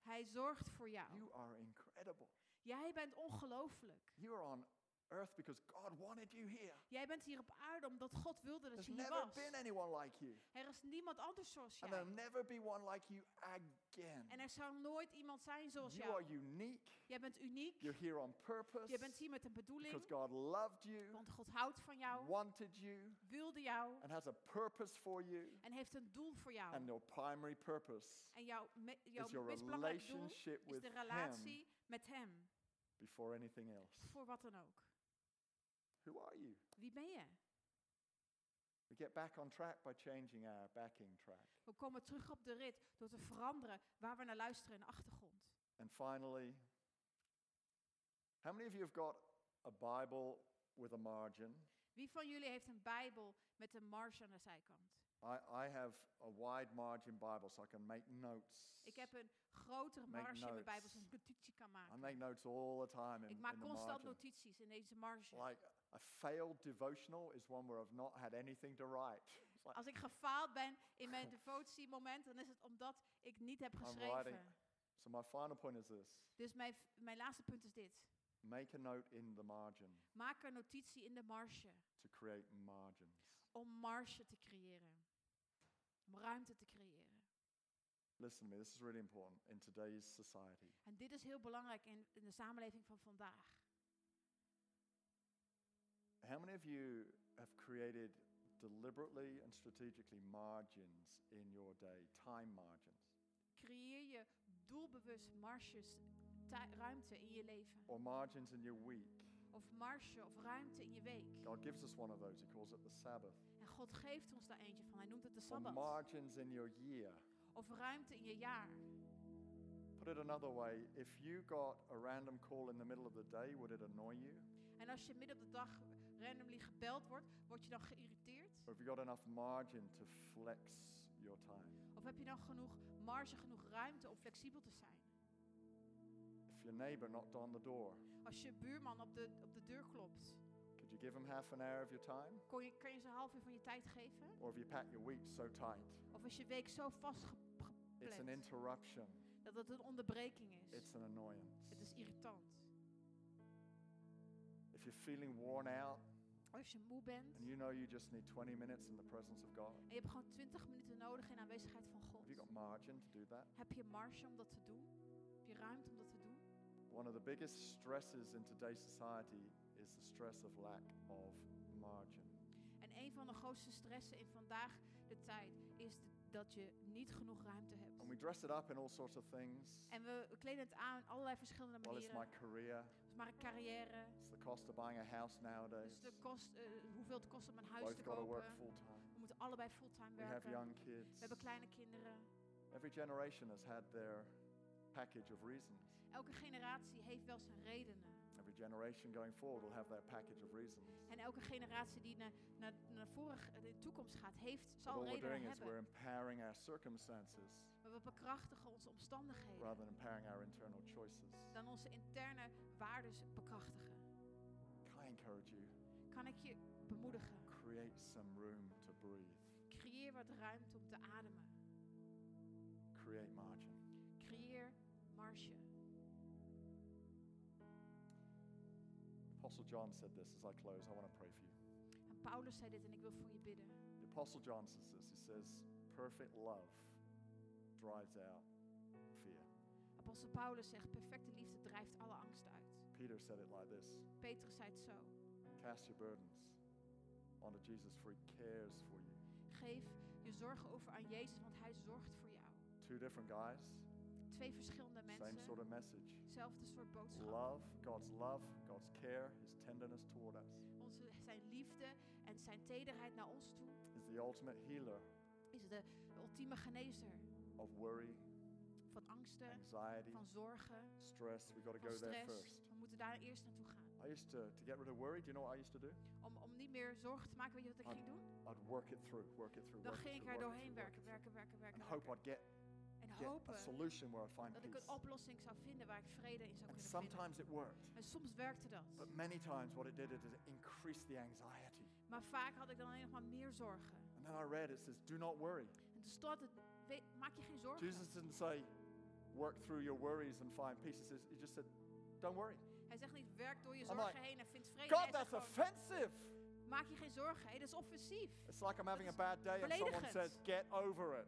Speaker 2: Hij zorgt voor jou.
Speaker 3: You are incredible.
Speaker 2: Jij bent ongelooflijk.
Speaker 3: You are on earth because God wanted you here.
Speaker 2: Jij bent hier op aarde omdat God wilde dat
Speaker 3: There's
Speaker 2: je hier
Speaker 3: never
Speaker 2: was.
Speaker 3: been anyone like you.
Speaker 2: Er is niemand anders zoals
Speaker 3: And there'll
Speaker 2: jij.
Speaker 3: never be one like you again.
Speaker 2: En er zal nooit iemand zijn zoals
Speaker 3: you are
Speaker 2: jou.
Speaker 3: unique.
Speaker 2: Jij bent uniek.
Speaker 3: You're here on purpose.
Speaker 2: Je bent hier met een
Speaker 3: because
Speaker 2: bedoeling.
Speaker 3: God loved you,
Speaker 2: Want God houdt van jou,
Speaker 3: wanted you,
Speaker 2: wilde jou
Speaker 3: and has a purpose for you.
Speaker 2: en heeft een doel voor
Speaker 3: And
Speaker 2: jou.
Speaker 3: your primary purpose
Speaker 2: En jouw, me-
Speaker 3: is
Speaker 2: jouw
Speaker 3: your
Speaker 2: meest belangrijk doel is
Speaker 3: relationship with
Speaker 2: de
Speaker 3: Him
Speaker 2: relatie met Hem.
Speaker 3: before anything else.
Speaker 2: Voor wat dan ook.
Speaker 3: Who are you?
Speaker 2: Wie ben je?
Speaker 3: We get back on track by changing our backing track.
Speaker 2: We komen terug op de rit door te veranderen waar we naar luisteren in de achtergrond.
Speaker 3: And finally, how many of you have got a Bible with a margin?
Speaker 2: Wie van jullie heeft een Bijbel met een marge aan de zijkant?
Speaker 3: I, I have a wide margin Bible so I can make notes.
Speaker 2: Ik heb een grotere
Speaker 3: Make
Speaker 2: marge in mijn
Speaker 3: notes.
Speaker 2: Bijbel, zodat ik notitie kan
Speaker 3: I
Speaker 2: maken.
Speaker 3: make notes all the time in,
Speaker 2: Ik maak
Speaker 3: in the
Speaker 2: constant
Speaker 3: margin.
Speaker 2: notities in deze marge.
Speaker 3: Like a failed devotional is one where I've not had anything to write. It's like
Speaker 2: Als ik gefaald ben in
Speaker 3: [laughs]
Speaker 2: mijn devotiemoment, dan is het omdat ik niet heb
Speaker 3: writing.
Speaker 2: geschreven.
Speaker 3: So my final point is this:
Speaker 2: Dus mijn, v- mijn laatste punt is dit.
Speaker 3: make a note in the margin
Speaker 2: Maak een notitie in de marge
Speaker 3: to create margins.
Speaker 2: om marge te creëren. Om ruimte te creëren.
Speaker 3: Listen to me, this is really important in today's society.
Speaker 2: En dit is heel belangrijk in, in de samenleving van vandaag.
Speaker 3: How many of you have created deliberately and strategically margins in your day, time margins?
Speaker 2: Creëer je doelbewust marges, ti- ruimte in je leven.
Speaker 3: Or margins in your week?
Speaker 2: Of marge of ruimte in je week.
Speaker 3: God gives us one of those, He calls it the Sabbath.
Speaker 2: En God geeft ons daar eentje van. Hij noemt het de
Speaker 3: Or
Speaker 2: Sabbat.
Speaker 3: margins in your year.
Speaker 2: Of ruimte in je jaar.
Speaker 3: Put it another way, if you got a random call in the middle of the day, would it annoy you?
Speaker 2: En als je midden op de dag randomly gebeld wordt, word je dan geïrriteerd?
Speaker 3: Or have you got enough margin to flex your time?
Speaker 2: Of heb je dan genoeg marge, genoeg ruimte om flexibel te zijn?
Speaker 3: If your neighbor knocked on the door,
Speaker 2: Als je buurman op de, op de deur klopt,
Speaker 3: could you give him half an hour of your time?
Speaker 2: kon je, kan je ze een half uur van je tijd geven?
Speaker 3: Or have you packed your week so tight?
Speaker 2: Of is je week zo
Speaker 3: It's an
Speaker 2: vastgepland
Speaker 3: interruption,
Speaker 2: dat het een onderbreking is?
Speaker 3: it's an
Speaker 2: Het is
Speaker 3: annoyance.
Speaker 2: irritant.
Speaker 3: If you're feeling worn out
Speaker 2: Als je moe bent
Speaker 3: and you know you just need 20 minutes in the presence of God,
Speaker 2: en je hebt gewoon 20 minuten nodig in aanwezigheid van God,
Speaker 3: have you got margin to do that?
Speaker 2: heb je marge om dat te doen? Heb je ruimte om dat te doen?
Speaker 3: One of the biggest stresses in today's society is the stress of lack of margin.
Speaker 2: En een van de grootste stressen in vandaag de tijd is de- dat je niet genoeg ruimte hebt.
Speaker 3: And we dress it up in all sorts of things.
Speaker 2: En we kleden het aan op allerlei verschillende
Speaker 3: Well, it's my
Speaker 2: manieren.
Speaker 3: career,
Speaker 2: Het is maar een carrière.
Speaker 3: it's the cost of buying a house
Speaker 2: Dus
Speaker 3: nowadays.
Speaker 2: de kost, eh, hoeveel het kost om een huis te
Speaker 3: Both got to work
Speaker 2: kopen.
Speaker 3: full time.
Speaker 2: We moeten allebei fulltime
Speaker 3: We have
Speaker 2: werken.
Speaker 3: young
Speaker 2: We
Speaker 3: kids.
Speaker 2: hebben kleine kinderen.
Speaker 3: Every generation has had their package of reasons.
Speaker 2: Elke generatie heeft wel zijn redenen.
Speaker 3: Every generation going forward will have their package of reasons.
Speaker 2: En elke generatie die naar, naar, naar voren, eh, de toekomst gaat, heeft,
Speaker 3: But
Speaker 2: zal
Speaker 3: all we're
Speaker 2: redenen
Speaker 3: doing is we're
Speaker 2: hebben.
Speaker 3: empowering our circumstances
Speaker 2: Maar we bekrachtigen onze omstandigheden
Speaker 3: rather than empowering our internal choices.
Speaker 2: dan onze interne waarden bekrachtigen.
Speaker 3: Can I encourage you?
Speaker 2: Kan ik je bemoedigen?
Speaker 3: Create some room to breathe.
Speaker 2: Creëer wat ruimte om te ademen.
Speaker 3: Create margin.
Speaker 2: Creëer marge.
Speaker 3: Apostle John said this as I close. I want to pray for you.
Speaker 2: En Paulus zei dit en ik wil voor je bidden.
Speaker 3: The Apostle John says this. He says, Perfect love drives out fear.
Speaker 2: Apostel Paulus zegt, perfecte liefde drijft alle angst uit.
Speaker 3: Peter said it like this
Speaker 2: Petrus zei het zo.
Speaker 3: Cast your burdens onto Jesus, for he cares for you.
Speaker 2: Geef je zorgen over aan Jezus, want Hij zorgt voor jou.
Speaker 3: Two different guys,
Speaker 2: Twee verschillende
Speaker 3: same
Speaker 2: mensen,
Speaker 3: sort of message.
Speaker 2: zelfde soort boodschap.
Speaker 3: Love, God's love, God's care, his tenderness toward us
Speaker 2: Onze, zijn liefde en zijn tederheid naar ons toe
Speaker 3: is the ultimate healer
Speaker 2: is de ultieme genezer
Speaker 3: of worry,
Speaker 2: van angsten,
Speaker 3: anxiety,
Speaker 2: van zorgen,
Speaker 3: stress. We've got to
Speaker 2: van
Speaker 3: go there
Speaker 2: stress.
Speaker 3: first.
Speaker 2: We moeten daar eerst naartoe gaan.
Speaker 3: I used to, to get rid of worry, do you know what I used to do?
Speaker 2: Om, om niet meer zorgen te maken, weet je wat ik
Speaker 3: Ah,
Speaker 2: ging doen?
Speaker 3: I'd work it through, work it through,
Speaker 2: Dan
Speaker 3: work it
Speaker 2: ging ik
Speaker 3: through,
Speaker 2: er
Speaker 3: work
Speaker 2: doorheen
Speaker 3: it through, work
Speaker 2: werken,
Speaker 3: it through.
Speaker 2: werken, werken, werken.
Speaker 3: And hope
Speaker 2: werken.
Speaker 3: I'd get,
Speaker 2: En
Speaker 3: get a
Speaker 2: hopen
Speaker 3: solution where I find
Speaker 2: dat ik
Speaker 3: peace.
Speaker 2: een oplossing zou vinden waar ik vrede in zou
Speaker 3: And
Speaker 2: kunnen vinden.
Speaker 3: sometimes it worked,
Speaker 2: En soms werkte dat.
Speaker 3: but many times what it did is it increased the anxiety.
Speaker 2: Maar vaak had ik dan alleen nog maar meer zorgen.
Speaker 3: And then I read it says, do not worry.
Speaker 2: En toen stond het, "We- maak je geen zorgen.
Speaker 3: Jesus didn't say, work through your worries and find peace. He, says, he just said, don't worry.
Speaker 2: Hij zegt niet, werk door je
Speaker 3: I'm
Speaker 2: zorgen
Speaker 3: like,
Speaker 2: heen en vind vrede.
Speaker 3: God,
Speaker 2: Hij zegt
Speaker 3: that's
Speaker 2: gewoon,
Speaker 3: offensive.
Speaker 2: maak je geen zorgen, hé, dat is offensief.
Speaker 3: It's like I'm having a bad day and someone
Speaker 2: Beledigend.
Speaker 3: says, get over it.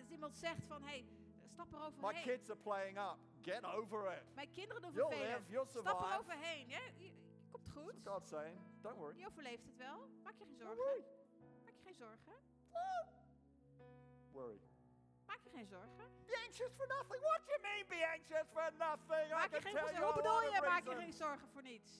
Speaker 2: Als iemand zegt van, hé, stap
Speaker 3: My
Speaker 2: eroverheen.
Speaker 3: kids are playing up. Get over it.
Speaker 2: Mijn kinderen doen
Speaker 3: You'll
Speaker 2: vervelend.
Speaker 3: live, you'll
Speaker 2: Stap
Speaker 3: survive.
Speaker 2: eroverheen, hè. Je- je Komt
Speaker 3: That's
Speaker 2: goed.
Speaker 3: what God's saying. Don't worry.
Speaker 2: Je overleeft het wel. Maak je geen
Speaker 3: Don't worry.
Speaker 2: zorgen. Maak je geen zorgen.
Speaker 3: Worry.
Speaker 2: Maak je geen zorgen.
Speaker 3: Be anxious for nothing. What do you mean, be anxious for nothing? I
Speaker 2: Maak je
Speaker 3: can
Speaker 2: geen
Speaker 3: tell
Speaker 2: zorgen.
Speaker 3: you
Speaker 2: Hoe
Speaker 3: all
Speaker 2: bedoel
Speaker 3: the
Speaker 2: je, maak je geen
Speaker 3: reasons.
Speaker 2: zorgen voor niets?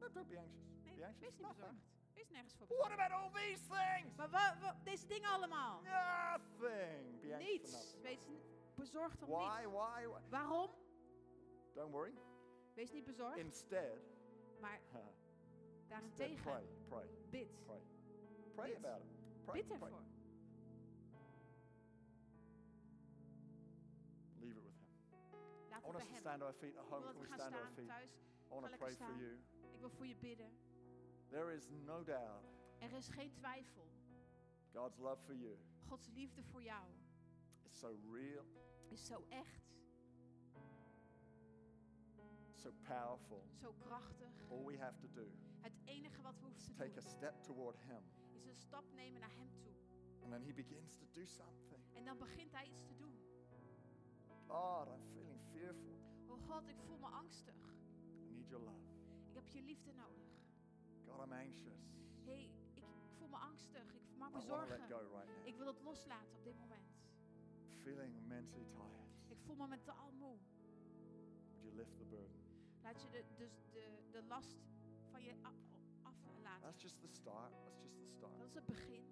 Speaker 3: No, don't be anxious.
Speaker 2: Nee,
Speaker 3: be anxious
Speaker 2: wees niet
Speaker 3: for nothing.
Speaker 2: bezorgd. Er is nergens voor
Speaker 3: What
Speaker 2: bedoeld.
Speaker 3: about all these things?
Speaker 2: Maar wa- wa- deze dingen allemaal.
Speaker 3: Nothing. Be anxious for
Speaker 2: Niets.
Speaker 3: nothing.
Speaker 2: Wees n- bezorgd om
Speaker 3: Why,
Speaker 2: niets.
Speaker 3: why, why?
Speaker 2: Waarom?
Speaker 3: Don't worry.
Speaker 2: Wees niet bezorgd,
Speaker 3: Instead, [laughs]
Speaker 2: maar
Speaker 3: instead pray,
Speaker 2: daarentegen
Speaker 3: pray,
Speaker 2: bid.
Speaker 3: pray. Pray
Speaker 2: Bid.
Speaker 3: about it. Pray,
Speaker 2: Bid
Speaker 3: pray.
Speaker 2: ervoor.
Speaker 3: Leave it with Him. I
Speaker 2: Laat
Speaker 3: want
Speaker 2: het
Speaker 3: us
Speaker 2: bij
Speaker 3: to
Speaker 2: hem.
Speaker 3: stand to our feet at
Speaker 2: Ik
Speaker 3: home.
Speaker 2: wil dat
Speaker 3: Can
Speaker 2: we
Speaker 3: we
Speaker 2: gaan
Speaker 3: stand to our
Speaker 2: staan
Speaker 3: feet? I
Speaker 2: thuis.
Speaker 3: want to
Speaker 2: Ga lekker
Speaker 3: pray for
Speaker 2: staan.
Speaker 3: you.
Speaker 2: Ik wil voor je bidden.
Speaker 3: There is no doubt
Speaker 2: Er is geen twijfel.
Speaker 3: God's love for you
Speaker 2: Gods liefde voor jou
Speaker 3: is so real,
Speaker 2: is zo echt,
Speaker 3: so powerful.
Speaker 2: zo krachtig.
Speaker 3: All we have to do
Speaker 2: Het enige wat we hoeven
Speaker 3: is
Speaker 2: te
Speaker 3: take a
Speaker 2: doen
Speaker 3: step toward Him,
Speaker 2: is een stap nemen naar hem toe.
Speaker 3: and then He begins to do something.
Speaker 2: En dan begint hij iets te doen.
Speaker 3: God, I'm feeling fearful.
Speaker 2: Oh God, ik voel me angstig.
Speaker 3: I need your love.
Speaker 2: Ik heb je liefde nodig.
Speaker 3: God, I'm anxious.
Speaker 2: Hé, hey, ik, ik voel me angstig. Ik maak
Speaker 3: I
Speaker 2: me
Speaker 3: want to let go
Speaker 2: zorgen.
Speaker 3: right now.
Speaker 2: Ik wil het loslaten op dit moment.
Speaker 3: Feeling mentally tired.
Speaker 2: Ik voel me mentaal moe.
Speaker 3: Would you lift the burden?
Speaker 2: Laat je de, dus de, de last van je af, aflaten.
Speaker 3: That's just the start. That's just the
Speaker 2: Dat
Speaker 3: start.
Speaker 2: is het begin.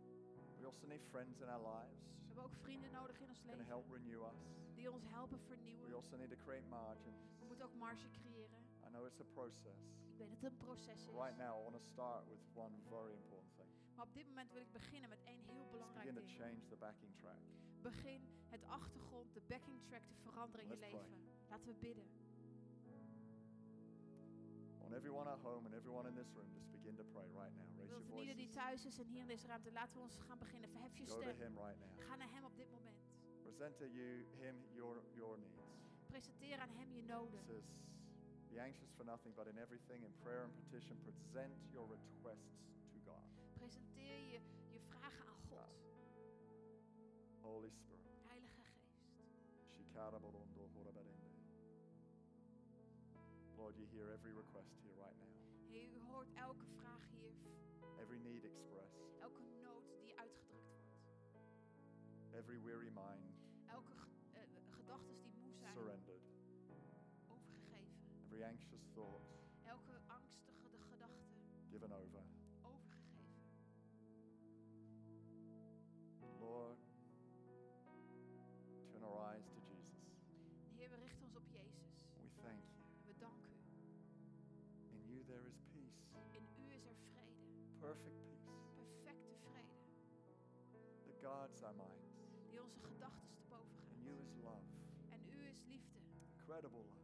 Speaker 3: We also need friends in our lives
Speaker 2: We hebben ook vrienden nodig in ons
Speaker 3: who can help
Speaker 2: leven.
Speaker 3: renew us.
Speaker 2: Die ons helpen
Speaker 3: We
Speaker 2: vernieuwen.
Speaker 3: also need to create margins.
Speaker 2: We moeten ook marge creëren.
Speaker 3: I know it's a process.
Speaker 2: Ik weet dat het een proces is.
Speaker 3: Right now, I want to start with one very important thing.
Speaker 2: Maar op dit moment wil ik beginnen met één heel
Speaker 3: Let's
Speaker 2: belangrijk
Speaker 3: begin to
Speaker 2: ding.
Speaker 3: change the backing track.
Speaker 2: Begin het achtergrond, de backing track te veranderen in je
Speaker 3: Let's pray.
Speaker 2: leven. Laten we bidden.
Speaker 3: I want everyone at home and everyone in this room just begin to pray right now.
Speaker 2: Ik wil
Speaker 3: Raise your
Speaker 2: voor ieder die
Speaker 3: voices.
Speaker 2: thuis is en hier in deze ruimte, laten we ons gaan beginnen. Verhef je
Speaker 3: Go to
Speaker 2: stem.
Speaker 3: Him right now.
Speaker 2: Ga naar hem op dit moment.
Speaker 3: Present to you Him your your needs.
Speaker 2: Presenteer aan hem je
Speaker 3: It
Speaker 2: noden.
Speaker 3: says, "Be anxious for nothing, but in everything, in prayer and petition, present your requests to God."
Speaker 2: Presenteer je, je vragen aan God,
Speaker 3: Holy Spirit.
Speaker 2: Heilige Geest.
Speaker 3: Shikarabarondo horabarende. Lord, you hear every request here right now,
Speaker 2: Heer, u hoort elke vraag hier,
Speaker 3: every need expressed,
Speaker 2: elke nood die uitgedrukt wordt.
Speaker 3: every weary mind
Speaker 2: Elke ge- eh, gedachtes die moe zijn,
Speaker 3: surrendered,
Speaker 2: overgegeven.
Speaker 3: every anxious thought
Speaker 2: Elke angstige de gedachte,
Speaker 3: given over.
Speaker 2: overgegeven.
Speaker 3: Lord, turn our eyes to Jesus.
Speaker 2: Heer, we richten ons op Jezus.
Speaker 3: We thank you.
Speaker 2: En we danken u.
Speaker 3: In you there is peace,
Speaker 2: In u is er vrede,
Speaker 3: perfect peace,
Speaker 2: perfecte vrede,
Speaker 3: that guards our minds.
Speaker 2: die onze gedachten te boven
Speaker 3: In you
Speaker 2: gaat.
Speaker 3: is love,
Speaker 2: En u is liefde,
Speaker 3: incredible love,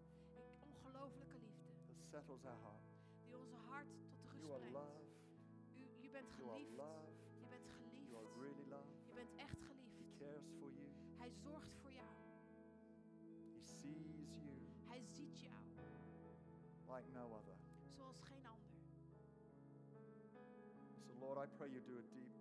Speaker 2: een ongelofelijke liefde,
Speaker 3: that settles our heart.
Speaker 2: die onze hart tot de rust
Speaker 3: You are
Speaker 2: brengt.
Speaker 3: love.
Speaker 2: U, u bent
Speaker 3: You are
Speaker 2: geliefd.
Speaker 3: love.
Speaker 2: Je bent
Speaker 3: You are
Speaker 2: geliefd.
Speaker 3: really loved.
Speaker 2: Je bent echt
Speaker 3: He
Speaker 2: geliefd.
Speaker 3: cares for you.
Speaker 2: Hij zorgt voor jou.
Speaker 3: He sees you
Speaker 2: Hij ziet jou
Speaker 3: like no other.
Speaker 2: zoals geen ander.
Speaker 3: So, Lord, I pray you do a deep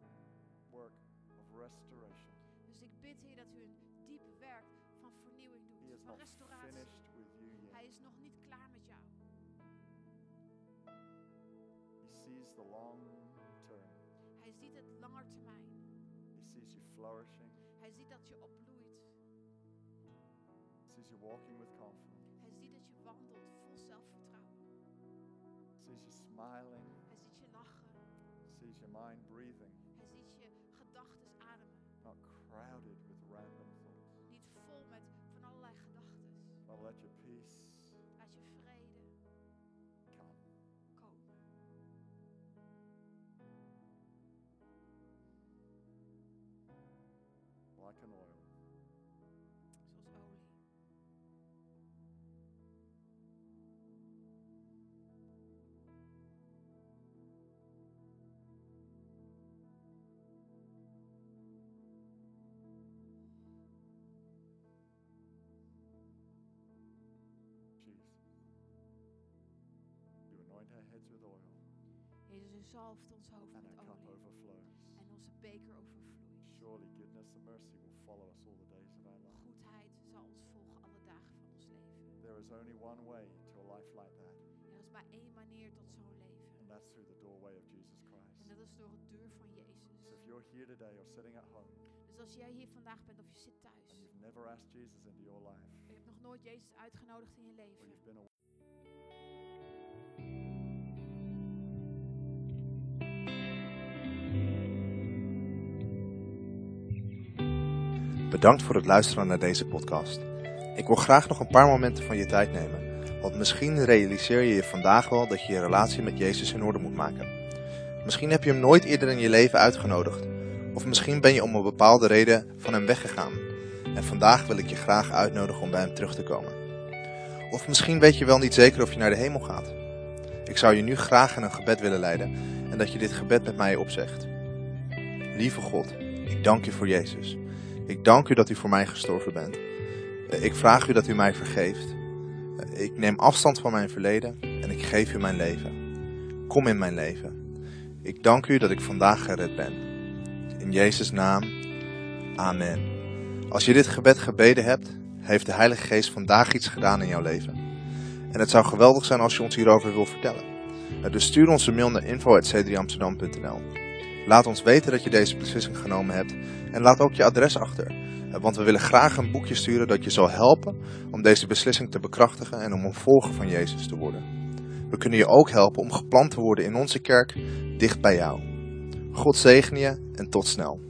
Speaker 3: work of restoration.
Speaker 2: Dus ik bid, Heer, dat u een diep werk van vernieuwing
Speaker 3: He
Speaker 2: doet,
Speaker 3: is
Speaker 2: van
Speaker 3: not
Speaker 2: restauratie.
Speaker 3: finished with you yet.
Speaker 2: Hij is nog niet klaar met jou.
Speaker 3: He sees the long term.
Speaker 2: Hij ziet het langer termijn.
Speaker 3: He sees you flourishing.
Speaker 2: Hij ziet dat je opbloeit.
Speaker 3: He sees you walking with confidence.
Speaker 2: Hij ziet dat je wandelt vol zelfvertrouwen.
Speaker 3: He sees you smiling.
Speaker 2: Hij ziet je lachen.
Speaker 3: He sees your mind breathing,
Speaker 2: Hij ziet je gedachten ademen.
Speaker 3: not crowded with random thoughts.
Speaker 2: Niet vol met van allerlei gedachten.
Speaker 3: I'll let your peace
Speaker 2: Laat je vrede
Speaker 3: come.
Speaker 2: komen.
Speaker 3: like an oil.
Speaker 2: Zoals olie.
Speaker 3: Jesus. You anoint our heads with oil,
Speaker 2: Jezus, u zalft ons hoofd
Speaker 3: and
Speaker 2: met
Speaker 3: our cup
Speaker 2: olie.
Speaker 3: overflows.
Speaker 2: En onze beker overvloeit.
Speaker 3: Surely goodness and mercy will follow us all the days of our life.
Speaker 2: Goedheid zal ons volgen alle dagen van ons leven.
Speaker 3: There is only one way to a life like that,
Speaker 2: Er is maar één manier tot zo'n leven.
Speaker 3: and that's through the doorway of Jesus
Speaker 2: En
Speaker 3: Christ.
Speaker 2: dat is door het deur van Jezus.
Speaker 3: So if you're here today or sitting at home
Speaker 2: Dus als jij hier vandaag bent of je zit
Speaker 3: and
Speaker 2: thuis.
Speaker 3: you've never asked Jesus into your life,
Speaker 2: Je hebt nog nooit Jezus uitgenodigd in je
Speaker 3: or
Speaker 2: leven.
Speaker 3: you've been away,
Speaker 4: Bedankt voor het luisteren naar deze podcast. Ik wil graag nog een paar momenten van je tijd nemen, want misschien realiseer je je vandaag wel dat je je relatie met Jezus in orde moet maken. Misschien heb je hem nooit eerder in je leven uitgenodigd, of misschien ben je om een bepaalde reden van hem weggegaan. En vandaag wil ik je graag uitnodigen om bij hem terug te komen. Of misschien weet je wel niet zeker of je naar de hemel gaat. Ik zou je nu graag in een gebed willen leiden en dat je dit gebed met mij opzegt. Lieve God, ik dank u voor Jezus. Ik dank u dat u voor mij gestorven bent. Eh, Ik vraag u dat u mij vergeeft. Eh, Ik neem afstand van mijn verleden en ik geef u mijn leven. Kom in mijn leven. Ik dank u dat ik vandaag gered ben. In Jezus' naam. Amen. Als je dit gebed gebeden hebt, heeft de Heilige Geest vandaag iets gedaan in jouw leven. En het zou geweldig zijn als je ons hierover wil vertellen. Eh, Dus stuur ons een mail naar info.c3amsterdam.nl Laat ons weten dat je deze beslissing genomen hebt en laat ook je adres achter. Eh, Want we willen graag een boekje sturen dat je zal helpen om deze beslissing te bekrachtigen en om een volger van Jezus te worden. We kunnen je ook helpen om geplant te worden in onze kerk dicht bij jou. God zegen je en tot snel.